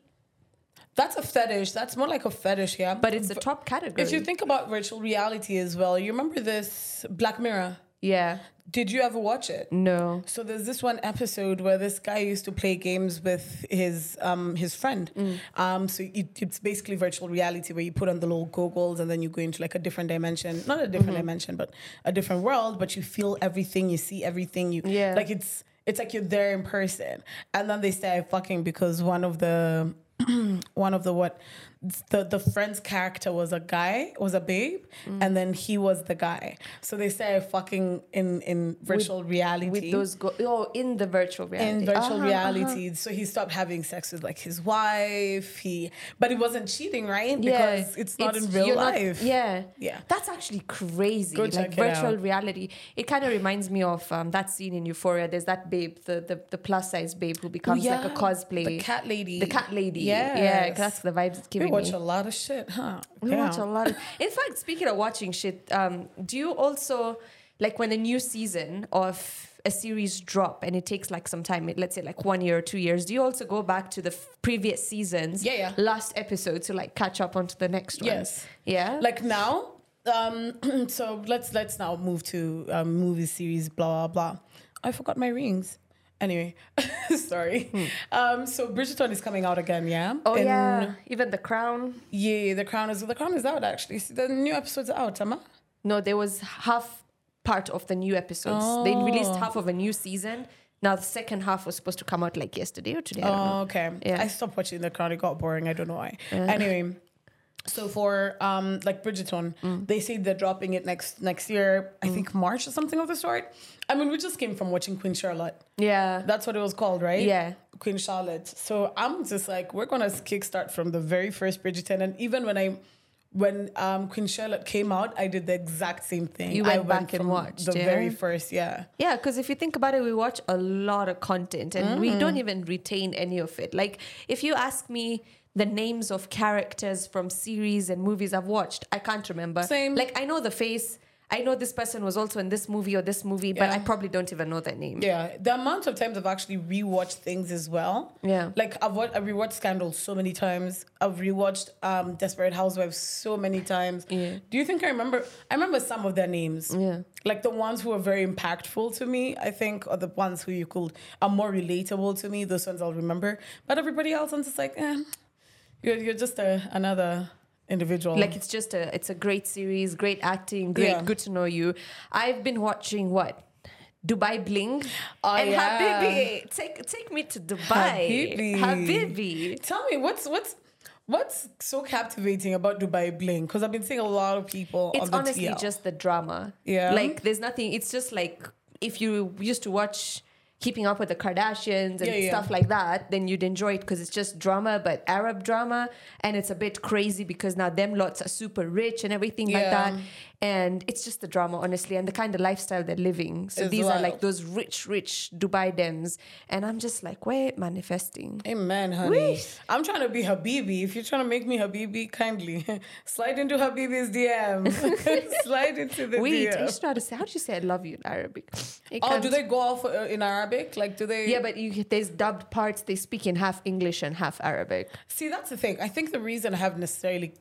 [SPEAKER 1] that's a fetish. That's more like a fetish, yeah.
[SPEAKER 2] but it's a top category.
[SPEAKER 1] If you think about virtual reality as well, you remember this Black Mirror?
[SPEAKER 2] yeah.
[SPEAKER 1] Did you ever watch it?
[SPEAKER 2] No.
[SPEAKER 1] So there's this one episode where this guy used to play games with his um, his friend.
[SPEAKER 2] Mm.
[SPEAKER 1] Um, so it, it's basically virtual reality where you put on the little goggles and then you go into like a different dimension, not a
[SPEAKER 2] Mm-hmm.
[SPEAKER 1] different dimension, but a different world. But you feel everything, you see everything. You
[SPEAKER 2] Yeah.
[SPEAKER 1] like it's it's like you're there in person. And then they started fucking because one of the one of the what the the friend's character was a guy was a babe
[SPEAKER 2] Mm.
[SPEAKER 1] and then he was the guy so they started fucking in in virtual reality
[SPEAKER 2] With those go oh in the virtual reality.
[SPEAKER 1] in virtual
[SPEAKER 2] Uh-huh,
[SPEAKER 1] reality. So he stopped having sex with like his wife. He, but it wasn't cheating, right?
[SPEAKER 2] Yeah,
[SPEAKER 1] Because it's not in real
[SPEAKER 2] you're not-
[SPEAKER 1] life.
[SPEAKER 2] yeah,
[SPEAKER 1] Yeah.
[SPEAKER 2] that's actually crazy.
[SPEAKER 1] Go
[SPEAKER 2] like
[SPEAKER 1] check it
[SPEAKER 2] virtual
[SPEAKER 1] out.
[SPEAKER 2] reality, it kind of reminds me of um, that scene in Euphoria. There's that babe, the the, the plus size babe who becomes like
[SPEAKER 1] Oh, yeah,
[SPEAKER 2] a cosplay,
[SPEAKER 1] the cat lady.
[SPEAKER 2] the cat lady. yeah,
[SPEAKER 1] Yes.
[SPEAKER 2] that's the vibes it's
[SPEAKER 1] We
[SPEAKER 2] giving
[SPEAKER 1] watch
[SPEAKER 2] me.
[SPEAKER 1] a lot of shit, huh?
[SPEAKER 2] we watch a lot. Of, in fact, speaking of watching shit, um, do you also like when a new season of a series drop and it takes like some time it- let's say like one year or two years do you also go back to the f- previous seasons
[SPEAKER 1] Yeah, yeah.
[SPEAKER 2] last episode to like catch up onto the next one
[SPEAKER 1] Yes.
[SPEAKER 2] yeah
[SPEAKER 1] Like now, um, so let's let's now move to um, movie series. Blah blah blah. I forgot my rings. Anyway, sorry. Um, so Bridgerton is coming out again, yeah.
[SPEAKER 2] Hmm. Oh
[SPEAKER 1] In-
[SPEAKER 2] yeah, even The Crown.
[SPEAKER 1] yeah. The Crown is the Crown is out actually. See, the new episode's out, Emma.
[SPEAKER 2] No, there was half part of the new episodes. They
[SPEAKER 1] Oh.
[SPEAKER 2] released half of a new season. Now the second half was supposed to come out like yesterday or today. I don't know.
[SPEAKER 1] Oh, okay.
[SPEAKER 2] Yeah.
[SPEAKER 1] I stopped watching The Crown. It got boring. I don't know why. Anyway, so for um like Bridgerton,
[SPEAKER 2] Mm.
[SPEAKER 1] they say they're dropping it next next year. I think March or something of the sort. I mean, we just came from watching Queen Charlotte.
[SPEAKER 2] Yeah.
[SPEAKER 1] That's what it was called, right?
[SPEAKER 2] Yeah.
[SPEAKER 1] Queen Charlotte. So I'm just like, we're gonna kickstart from the very first Bridgerton, and even when I. When um, Queen Charlotte came out, I did the exact same thing.
[SPEAKER 2] You
[SPEAKER 1] I
[SPEAKER 2] went back and
[SPEAKER 1] from
[SPEAKER 2] watched,
[SPEAKER 1] the
[SPEAKER 2] yeah?
[SPEAKER 1] very first, yeah.
[SPEAKER 2] Yeah, because if you think about it, we watch a lot of content and
[SPEAKER 1] Mm.
[SPEAKER 2] we don't even retain any of it. Like, if you ask me the names of characters from series and movies I've watched, I can't remember.
[SPEAKER 1] Same.
[SPEAKER 2] Like, I know the face. I know this person was also in this movie or this movie, but
[SPEAKER 1] Yeah.
[SPEAKER 2] I probably don't even know their name.
[SPEAKER 1] Yeah, the amount of times I've actually rewatched things as well.
[SPEAKER 2] Yeah.
[SPEAKER 1] like I've watched, I've rewatched Scandal so many times. I've rewatched um, Desperate Housewives so many times.
[SPEAKER 2] Yeah.
[SPEAKER 1] Do you think I remember? I remember some of their names.
[SPEAKER 2] Yeah.
[SPEAKER 1] like the ones who are very impactful to me. I think are the ones who you could are more relatable to me. Those ones I'll remember. But everybody else, I'm just like, eh, you're you're just a, another individual.
[SPEAKER 2] like it's just a it's a great series great acting great
[SPEAKER 1] Yeah.
[SPEAKER 2] good to know you i've been watching what Dubai Bling
[SPEAKER 1] Oh,
[SPEAKER 2] and
[SPEAKER 1] yeah.
[SPEAKER 2] Habibi, take take me to Dubai,
[SPEAKER 1] Habibi.
[SPEAKER 2] Habibi.
[SPEAKER 1] Tell me what's what's what's so captivating about Dubai Bling? Because I've been seeing a lot of people.
[SPEAKER 2] It's
[SPEAKER 1] on the
[SPEAKER 2] honestly
[SPEAKER 1] TL.
[SPEAKER 2] just the drama.
[SPEAKER 1] Yeah.
[SPEAKER 2] like there's nothing. It's just like if you used to watch keeping up with the Kardashians and
[SPEAKER 1] Yeah, yeah.
[SPEAKER 2] stuff like that, then you'd enjoy it because it's just drama, but Arab drama. And it's a bit crazy because now them lots are super rich and everything like
[SPEAKER 1] Yeah.
[SPEAKER 2] that. And it's just the drama, honestly, and the kind of lifestyle they're living. So
[SPEAKER 1] It's
[SPEAKER 2] these are like
[SPEAKER 1] wild.
[SPEAKER 2] those rich, rich Dubai dems. And I'm just like, we're manifesting.
[SPEAKER 1] Amen, honey.
[SPEAKER 2] Whoosh.
[SPEAKER 1] I'm trying to be Habibi. If you're trying to make me Habibi, kindly slide into Habibi's DM. slide into the
[SPEAKER 2] Wait, I
[SPEAKER 1] DM.
[SPEAKER 2] just know how to say, how do you say I love you in Arabic? I
[SPEAKER 1] Oh,
[SPEAKER 2] can't-
[SPEAKER 1] do they go off uh, in Arabic? Like, do they?
[SPEAKER 2] Yeah, but you, there's dubbed parts. They speak in half English and half Arabic.
[SPEAKER 1] See, that's the thing. I think the reason I haven't necessarily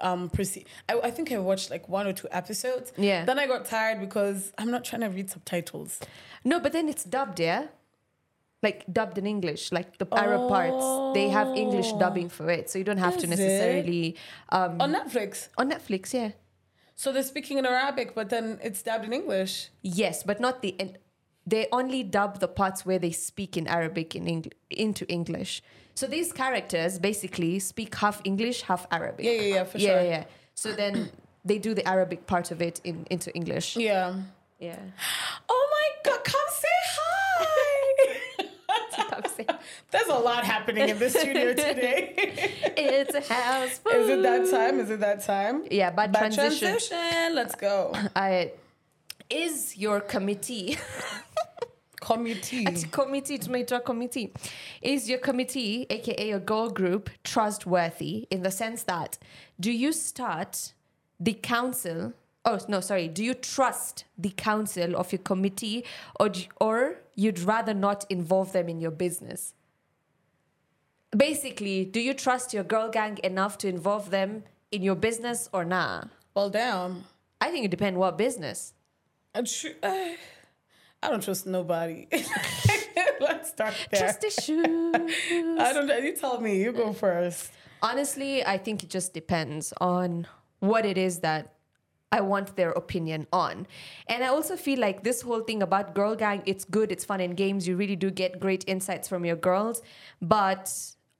[SPEAKER 1] um proceed I, I think I watched like one or two episodes.
[SPEAKER 2] Yeah.
[SPEAKER 1] Then I got tired because I'm not trying to read subtitles.
[SPEAKER 2] No, but then it's dubbed, yeah? Like dubbed in English, like the Arab parts, they have English dubbing for it. So you don't have
[SPEAKER 1] Is
[SPEAKER 2] to
[SPEAKER 1] it?
[SPEAKER 2] necessarily. Um,
[SPEAKER 1] On Netflix.
[SPEAKER 2] on Netflix, yeah.
[SPEAKER 1] So they're speaking in Arabic, but then it's dubbed in English.
[SPEAKER 2] Yes, but not the. And they only dub the parts where they speak in Arabic in Eng- into English. So these characters basically speak half English, half Arabic.
[SPEAKER 1] Yeah, yeah, yeah, for
[SPEAKER 2] yeah,
[SPEAKER 1] sure.
[SPEAKER 2] yeah. So then they do the Arabic part of it in into English.
[SPEAKER 1] Yeah.
[SPEAKER 2] Yeah.
[SPEAKER 1] Oh my god, come say hi.
[SPEAKER 2] Come say-
[SPEAKER 1] There's a lot happening in this studio today.
[SPEAKER 2] it's a house.
[SPEAKER 1] Is it
[SPEAKER 2] full.
[SPEAKER 1] that time? Is it that time?
[SPEAKER 2] Yeah, bad,
[SPEAKER 1] Bad
[SPEAKER 2] transition.
[SPEAKER 1] transition. Let's go.
[SPEAKER 2] I, is your committee
[SPEAKER 1] Committee.
[SPEAKER 2] at committee tumeitwa committee is your committee aka your girl group trustworthy in the sense that do you start the council oh no sorry do you trust the council of your committee or d- or you'd rather not involve them in your business basically do you trust your girl gang enough to involve them in your business or nah
[SPEAKER 1] Well, damn.
[SPEAKER 2] i think it depends what business
[SPEAKER 1] I tr- I don't trust nobody. Let's start there.
[SPEAKER 2] trust issue
[SPEAKER 1] I don't. You tell me. You go first.
[SPEAKER 2] Honestly, I think it just depends on what it is that I want their opinion on. And I also feel like this whole thing about girl gang, it's good, it's fun and games. You really do get great insights from your girls. But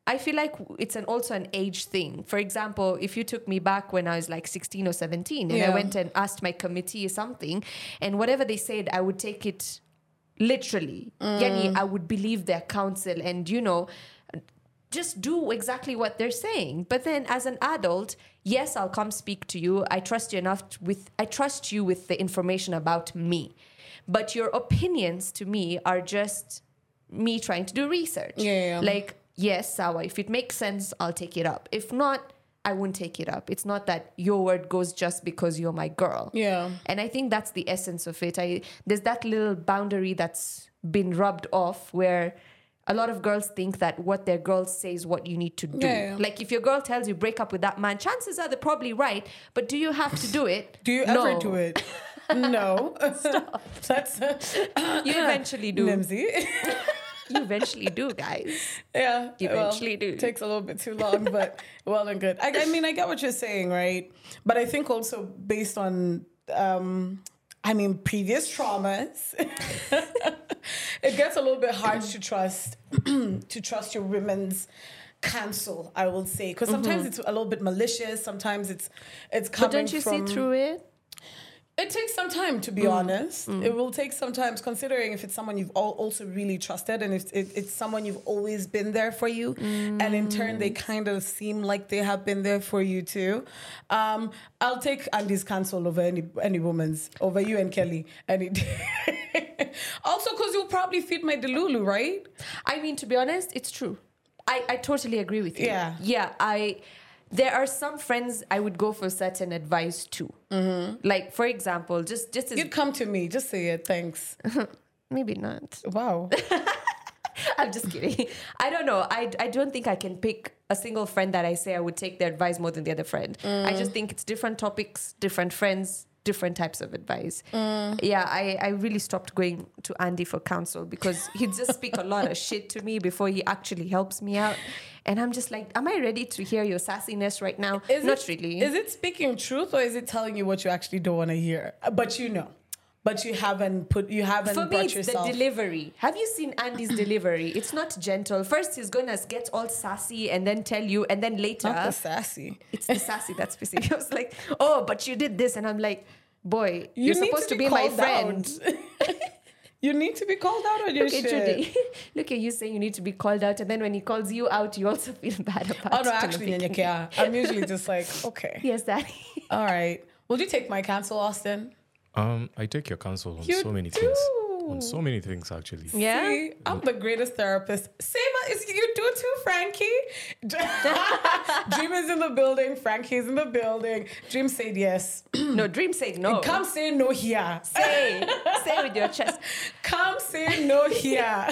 [SPEAKER 2] I feel like it's an also an age thing. For example, if you took me back when I was like 16 or 17 and I
[SPEAKER 1] Yeah.
[SPEAKER 2] went and asked my committee something, and whatever they said, I would take it literally. Yani, I would believe their counsel and, you know, just do exactly what they're saying. But then as an adult, yes, I'll come speak to you. I trust you enough t- with I trust you with the information about me. But your opinions to me are just me trying to do research.
[SPEAKER 1] Yeah, yeah, yeah.
[SPEAKER 2] Like, yes, Sawa, if it makes sense, I'll take it up. If not, I won't take it up. It's not that your word goes just because you're my girl.
[SPEAKER 1] Yeah.
[SPEAKER 2] And I think that's the essence of it. I there's that little boundary that's been rubbed off where a lot of girls think that what their girl says what you need to do.
[SPEAKER 1] Yeah, yeah.
[SPEAKER 2] Like if your girl tells you break up with that man, chances are they're probably right, but do you have to do it?
[SPEAKER 1] Do you
[SPEAKER 2] No.
[SPEAKER 1] ever do it? No. Stop. That's
[SPEAKER 2] You eventually do.
[SPEAKER 1] Nimsy.
[SPEAKER 2] You eventually do, guys.
[SPEAKER 1] Yeah,
[SPEAKER 2] You
[SPEAKER 1] well,
[SPEAKER 2] eventually do.
[SPEAKER 1] Takes a little bit too long, but well and good. I, I mean, I get what you're saying, right? But I think also based on, um, I mean, previous traumas, it gets a little bit hard to trust to trust your women's counsel. I will say because sometimes it's a little bit malicious. Sometimes it's it's coming
[SPEAKER 2] Mm-hmm. But don't you
[SPEAKER 1] from,
[SPEAKER 2] see through it?
[SPEAKER 1] it takes some time, to be honest. It will take some time, considering if it's someone you've all also really trusted and if it, it's someone you've always been there for you, and in turn they kind of seem like they have been there for you too. Um, I'll take Andy's counsel over any any woman's over you and Kelly any day. also, because you'll probably feed my delulu, right?
[SPEAKER 2] I mean, to be honest, it's true. I, I totally agree with you.
[SPEAKER 1] Yeah.
[SPEAKER 2] Yeah. I there are some friends I would go for certain advice to. Mm-hmm. Like for example, just just as,
[SPEAKER 1] You'd come to me. Just say it. Thanks.
[SPEAKER 2] maybe not.
[SPEAKER 1] Wow.
[SPEAKER 2] I'm just kidding. I don't know. I I don't think I can pick a single friend that I say I would take their advice more than the other friend. I just think it's different topics, different friends. Different types of advice.
[SPEAKER 1] Mm.
[SPEAKER 2] Yeah, I, I really stopped going to Andy for counsel because he'd just speak a lot of shit to me before he actually helps me out. And I'm just like, am I ready to hear your sassiness right now? Not
[SPEAKER 1] it,
[SPEAKER 2] really.
[SPEAKER 1] Is it speaking truth or is it telling you what you actually don't want to hear? Uh, But you know. But you haven't put you haven't
[SPEAKER 2] For me,
[SPEAKER 1] brought
[SPEAKER 2] it's
[SPEAKER 1] yourself.
[SPEAKER 2] the delivery. Have you seen Andy's delivery? It's not gentle. First, he's going to get all sassy and then tell you, and then later.
[SPEAKER 1] not the sassy.
[SPEAKER 2] it's the sassy that's pissing. me. I was like, oh, but you did this, and I'm like, boy, you are
[SPEAKER 1] need
[SPEAKER 2] supposed to be,
[SPEAKER 1] be
[SPEAKER 2] my
[SPEAKER 1] called
[SPEAKER 2] friend.
[SPEAKER 1] out. You need to be called out on your
[SPEAKER 2] Look at,
[SPEAKER 1] shit.
[SPEAKER 2] you, Dee. look at you saying you need to be called out, and then when he calls you out, you also feel bad about
[SPEAKER 1] Oh no,
[SPEAKER 2] it. in the
[SPEAKER 1] actually,
[SPEAKER 2] beginning.
[SPEAKER 1] yeah, I'm usually just like, okay,
[SPEAKER 2] Yes, daddy.
[SPEAKER 1] all right. Will you take my cancel, Austin?
[SPEAKER 3] Um, I take your counsel on
[SPEAKER 1] You
[SPEAKER 3] so many things.
[SPEAKER 1] do.
[SPEAKER 3] On so many things, actually.
[SPEAKER 2] Yeah.
[SPEAKER 1] See, I'm the greatest therapist. Same as you do too, Frankie. Dream is in the building. Frankie's in the building. Dream said yes.
[SPEAKER 2] no, dream said no.
[SPEAKER 1] Come say no here.
[SPEAKER 2] say, say with your chest.
[SPEAKER 1] Come say no here.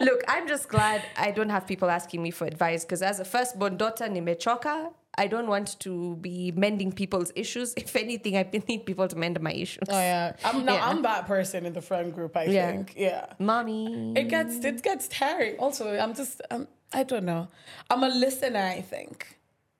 [SPEAKER 2] Look, I'm just glad I don't have people asking me for advice because as a firstborn daughter, nimechoka. I don't want to be mending people's issues. If anything, I need people to mend my issues.
[SPEAKER 1] Oh yeah, I'm no,
[SPEAKER 2] Yeah.
[SPEAKER 1] I'm that person in the friend group. I
[SPEAKER 2] Yeah.
[SPEAKER 1] think yeah.
[SPEAKER 2] Mommy.
[SPEAKER 1] It gets it gets tiring. Also, I'm just um, I don't know. I'm a listener. I think,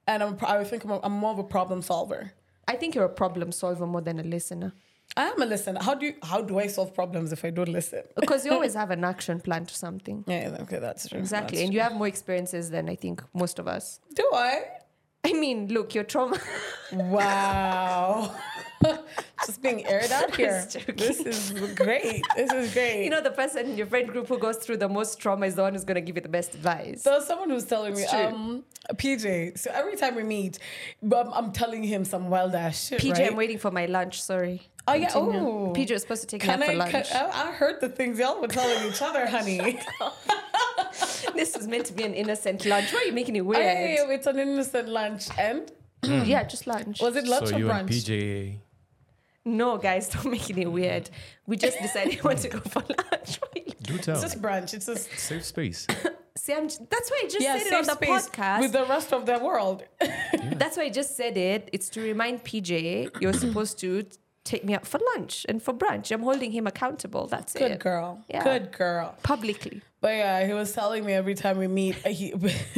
[SPEAKER 1] and I'm pro- I think I'm, a, I'm more of a problem solver.
[SPEAKER 2] I think you're a problem solver more than a listener.
[SPEAKER 1] I am a listener. How do you, how do I solve problems if I don't listen?
[SPEAKER 2] Because you always have an action plan to something.
[SPEAKER 1] Yeah, okay, that's true.
[SPEAKER 2] Exactly.
[SPEAKER 1] That's
[SPEAKER 2] and you have more experiences than I think most of us.
[SPEAKER 1] true. do I?
[SPEAKER 2] I mean, look, your trauma.
[SPEAKER 1] Wow. Just being aired out here.
[SPEAKER 2] Just joking.
[SPEAKER 1] This is great. This is great.
[SPEAKER 2] you know, the person in your friend group who goes through the most trauma is the one who's going to give you the best advice.
[SPEAKER 1] There was someone who was telling me,
[SPEAKER 2] It's true.
[SPEAKER 1] um, PJ. So every time we meet, um, I'm telling him some wild ass shit.
[SPEAKER 2] PJ,
[SPEAKER 1] right?
[SPEAKER 2] I'm waiting for my lunch. Sorry.
[SPEAKER 1] Oh yeah.
[SPEAKER 2] Continue.
[SPEAKER 1] Oh,
[SPEAKER 2] PJ was supposed to take me out
[SPEAKER 1] Can
[SPEAKER 2] for
[SPEAKER 1] I,
[SPEAKER 2] lunch.
[SPEAKER 1] can, I I heard the things y'all were telling each other, honey.
[SPEAKER 2] this was meant to be an innocent lunch. Why are you making
[SPEAKER 1] Oh,
[SPEAKER 2] it weird?
[SPEAKER 1] Hey, it's an innocent lunch. And
[SPEAKER 2] yeah, just lunch.
[SPEAKER 1] was it lunch
[SPEAKER 3] So
[SPEAKER 1] or
[SPEAKER 3] you and
[SPEAKER 1] brunch?
[SPEAKER 3] PJ,
[SPEAKER 2] no, guys, don't make it weird. We just decided we want to go for lunch.
[SPEAKER 3] do tell.
[SPEAKER 1] It's just brunch. It's just
[SPEAKER 3] Safe space.
[SPEAKER 2] See, I'm, j- that's why I just
[SPEAKER 1] yeah,
[SPEAKER 2] said
[SPEAKER 1] safe
[SPEAKER 2] it on the
[SPEAKER 1] space
[SPEAKER 2] podcast.
[SPEAKER 1] with the rest of the world.
[SPEAKER 2] That's why I just said it. It's to remind PJ you're supposed to take me out for lunch and for brunch. I'm holding him accountable. That's it.
[SPEAKER 1] Good girl.
[SPEAKER 2] Yeah.
[SPEAKER 1] Good girl.
[SPEAKER 2] Publicly.
[SPEAKER 1] But yeah, he was telling me every time we meet, uh, he,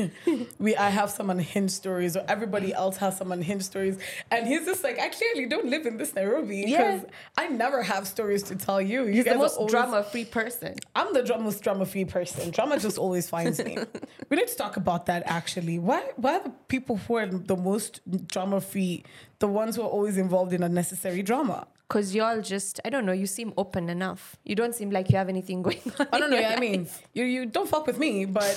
[SPEAKER 1] we I have some unhinged stories, or everybody else has some unhinged stories, and he's just like, I clearly don't live in this Nairobi because
[SPEAKER 2] Yeah.
[SPEAKER 1] I never have stories to tell you. You
[SPEAKER 2] He's
[SPEAKER 1] guys
[SPEAKER 2] the
[SPEAKER 1] are
[SPEAKER 2] most
[SPEAKER 1] always-
[SPEAKER 2] drama free person.
[SPEAKER 1] I'm the drum, most drama-free person. Drama just always finds me. We need to talk about that actually. Why? Why are the people who are the most drama-free the ones who are always involved in unnecessary drama?
[SPEAKER 2] Because y'all just, I don't know, you seem open enough. You don't seem like you have anything going on.
[SPEAKER 1] I don't know.
[SPEAKER 2] in
[SPEAKER 1] Yeah, Oh,
[SPEAKER 2] your
[SPEAKER 1] I mean,
[SPEAKER 2] life.
[SPEAKER 1] you you don't fuck with me, but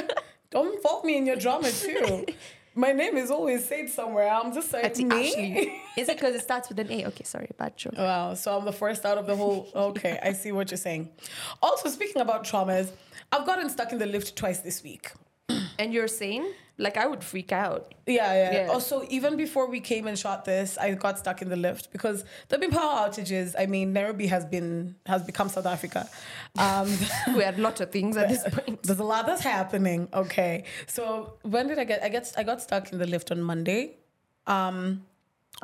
[SPEAKER 1] don't involve me in your drama too. My name is always said somewhere. I'm just like
[SPEAKER 2] That's
[SPEAKER 1] me.
[SPEAKER 2] Ashley. Is it because it starts with an A? Okay, sorry, bad joke.
[SPEAKER 1] Wow. So I'm the first out of the whole. Okay, I see what you're saying. Also, speaking about traumas, I've gotten stuck in the lift twice this week.
[SPEAKER 2] And you're saying, like, I would freak out.
[SPEAKER 1] Yeah, yeah.
[SPEAKER 2] Yeah.
[SPEAKER 1] Also, even before we came and shot this, I got stuck in the lift because there've been power outages. I mean, Nairobi has been has become South Africa. Um,
[SPEAKER 2] We had a lot of things at this point.
[SPEAKER 1] There's a lot that's happening. Okay. So when did I get I get I got stuck in the lift on Monday. Um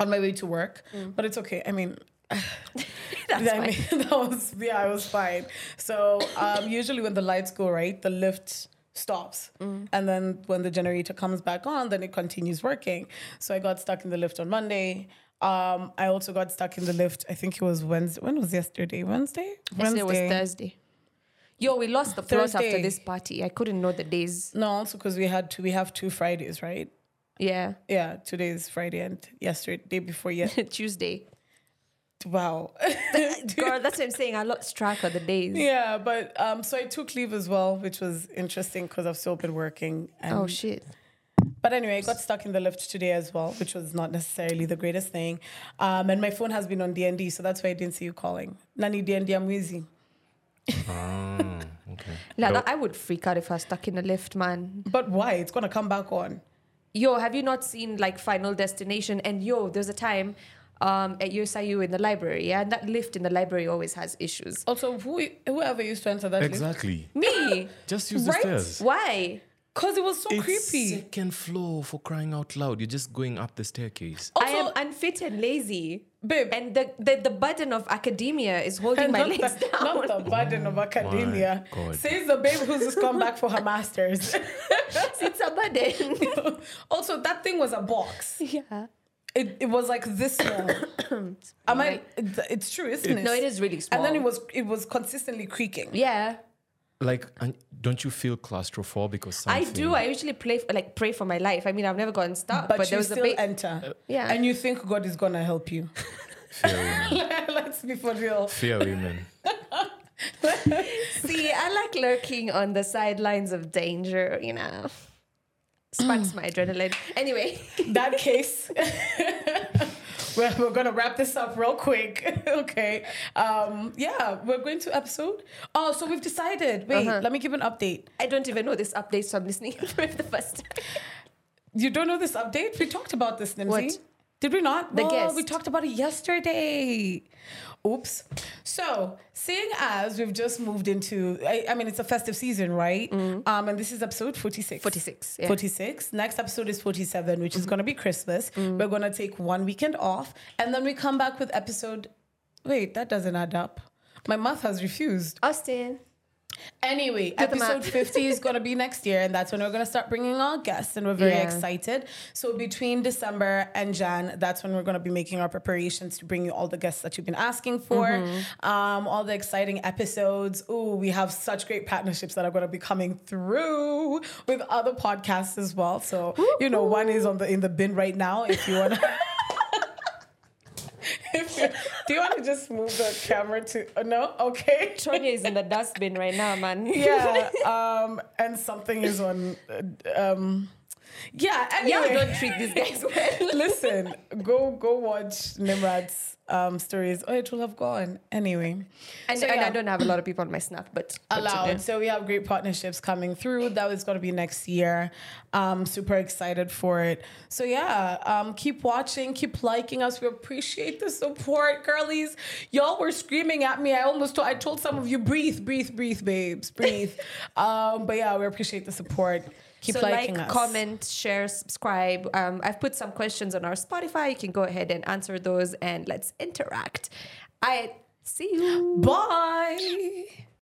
[SPEAKER 1] on my way to work. But it's okay. I mean
[SPEAKER 2] Mm. That's
[SPEAKER 1] I
[SPEAKER 2] fine.
[SPEAKER 1] mean, that was yeah, I was fine. So um usually when the lights go right, the lift stops.
[SPEAKER 2] Mm.
[SPEAKER 1] And then when the generator comes back on, then it continues working. So I got stuck in the lift on Monday. Um, I also got stuck in the lift. I think it was Wednesday. When was yesterday? Wednesday?
[SPEAKER 2] Yesterday was Thursday. Yo, we lost the plot after
[SPEAKER 1] Thursday.
[SPEAKER 2] this party. I couldn't know the days.
[SPEAKER 1] No, also because we had two, we have two Fridays, right?
[SPEAKER 2] Yeah.
[SPEAKER 1] Yeah, today is Friday and yesterday, day before yesterday.
[SPEAKER 2] Tuesday.
[SPEAKER 1] wow.
[SPEAKER 2] Girl, that's what I'm saying. I lost track of the days.
[SPEAKER 1] yeah, but um, so I took leave as well, which was interesting because I've still been working. And,
[SPEAKER 2] Oh shit.
[SPEAKER 1] But anyway, I got stuck in the lift today as well, which was not necessarily the greatest thing. Um, and my phone has been on D and D, so that's why I didn't see you calling. Nani D and D, I'm wheezy.
[SPEAKER 3] Ah, okay.
[SPEAKER 2] Like,
[SPEAKER 3] Don't-
[SPEAKER 2] I would freak out if I was stuck in a lift, man.
[SPEAKER 1] But why? It's gonna come back on.
[SPEAKER 2] Yo, have you not seen like Final Destination? And yo, there's a time um, at USIU in the library, yeah, and that lift in the library always has issues.
[SPEAKER 1] Also, who whoever used to enter that lift,
[SPEAKER 3] Exactly.
[SPEAKER 2] Me?
[SPEAKER 3] Just use
[SPEAKER 1] Right?
[SPEAKER 3] the stairs.
[SPEAKER 2] Why?
[SPEAKER 1] because it was so
[SPEAKER 3] It's
[SPEAKER 1] creepy.
[SPEAKER 3] Second floor for crying out loud. You're just going up the staircase.
[SPEAKER 2] I
[SPEAKER 1] Also,
[SPEAKER 2] am unfit and lazy.
[SPEAKER 1] Babe.
[SPEAKER 2] And the, the, the burden of academia is holding
[SPEAKER 1] And
[SPEAKER 2] my
[SPEAKER 1] not
[SPEAKER 2] legs
[SPEAKER 1] the,
[SPEAKER 2] down.
[SPEAKER 1] Not the burden of academia.
[SPEAKER 3] God.
[SPEAKER 1] Says the babe who's just come back for her masters.
[SPEAKER 2] it's a burden.
[SPEAKER 1] also, that thing was a box.
[SPEAKER 2] yeah.
[SPEAKER 1] It, it was like this small. Am I? it- It's true, isn't it?
[SPEAKER 2] No, it is really small.
[SPEAKER 1] And then it was it was consistently creaking.
[SPEAKER 2] Yeah.
[SPEAKER 3] Like, and don't you feel claustrophobic or
[SPEAKER 2] I
[SPEAKER 3] something?
[SPEAKER 2] do. I usually play like pray for my life. I mean, I've never gotten stuck,
[SPEAKER 1] But,
[SPEAKER 2] but,
[SPEAKER 1] you
[SPEAKER 2] there was a uh,
[SPEAKER 1] still
[SPEAKER 2] bit.
[SPEAKER 1] enter.
[SPEAKER 2] Yeah.
[SPEAKER 1] And you think God is gonna help you.
[SPEAKER 3] Fear women.
[SPEAKER 1] Let's be for real.
[SPEAKER 3] Fear women.
[SPEAKER 2] See, I like lurking on the sidelines of danger, you know. Sparks my adrenaline. Anyway,
[SPEAKER 1] that case, we're, we're going to wrap this up real quick. okay. Um, yeah, we're going to episode. Oh, so we've decided. Wait,
[SPEAKER 2] Uh-huh.
[SPEAKER 1] let me give an update.
[SPEAKER 2] I don't even know this update, so I'm listening for the first time.
[SPEAKER 1] You don't know this update? We talked about this, Nimsy.
[SPEAKER 2] What?
[SPEAKER 1] Did we not?
[SPEAKER 2] The
[SPEAKER 1] No,
[SPEAKER 2] guest.
[SPEAKER 1] We talked about it yesterday. Oops. So, seeing as we've just moved into, I, I mean, it's a festive season, right? Um, and this is episode 46.
[SPEAKER 2] 46, Mm. yeah. Mm-hmm.
[SPEAKER 1] 46. Next episode is 47, which is going to be Christmas.
[SPEAKER 2] Mm.
[SPEAKER 1] We're going to take one weekend off, and then we come back with episode. Wait, that doesn't add up. My math has refused.
[SPEAKER 2] Austin.
[SPEAKER 1] Anyway,
[SPEAKER 2] the
[SPEAKER 1] episode
[SPEAKER 2] map.
[SPEAKER 1] 50 is going to be next year, and that's when we're going to start bringing our guests, and we're very
[SPEAKER 2] Yeah.
[SPEAKER 1] excited. So, between December and Jan, that's when we're going to be making our preparations to bring you all the guests that you've been asking for, um, all the exciting episodes. Ooh, we have such great partnerships that are going to be coming through with other podcasts as well. So, you know, one is on the in the bin right now if you want to. Do you want to just move the camera to? oh, No, okay.
[SPEAKER 2] Tonya is in the dustbin right now, man.
[SPEAKER 1] Yeah. Um, and something is on. uh, Um, yeah.
[SPEAKER 2] Y'all
[SPEAKER 1] Anyway,
[SPEAKER 2] don't treat these guys well.
[SPEAKER 1] listen. Go go watch Nimrad's um, stories. Oh, it will have gone anyway.
[SPEAKER 2] And,
[SPEAKER 1] So,
[SPEAKER 2] and
[SPEAKER 1] yeah.
[SPEAKER 2] I don't have a lot of people on my snap, but but
[SPEAKER 1] Allowed.
[SPEAKER 2] today.
[SPEAKER 1] So we have great partnerships coming through. That is going to be next year. Um, super excited for it. So yeah, um, keep watching, keep liking us. We appreciate the support, girlies. Y'all were screaming at me. I almost told, I told some of you, breathe, breathe, breathe, babes, breathe. um, but yeah, we appreciate the support. Keep
[SPEAKER 2] so
[SPEAKER 1] liking
[SPEAKER 2] like,
[SPEAKER 1] us.
[SPEAKER 2] comment, share, subscribe. Um, I've put some questions on our Spotify. You can go ahead and answer those, and let's interact. I see you.
[SPEAKER 1] Bye.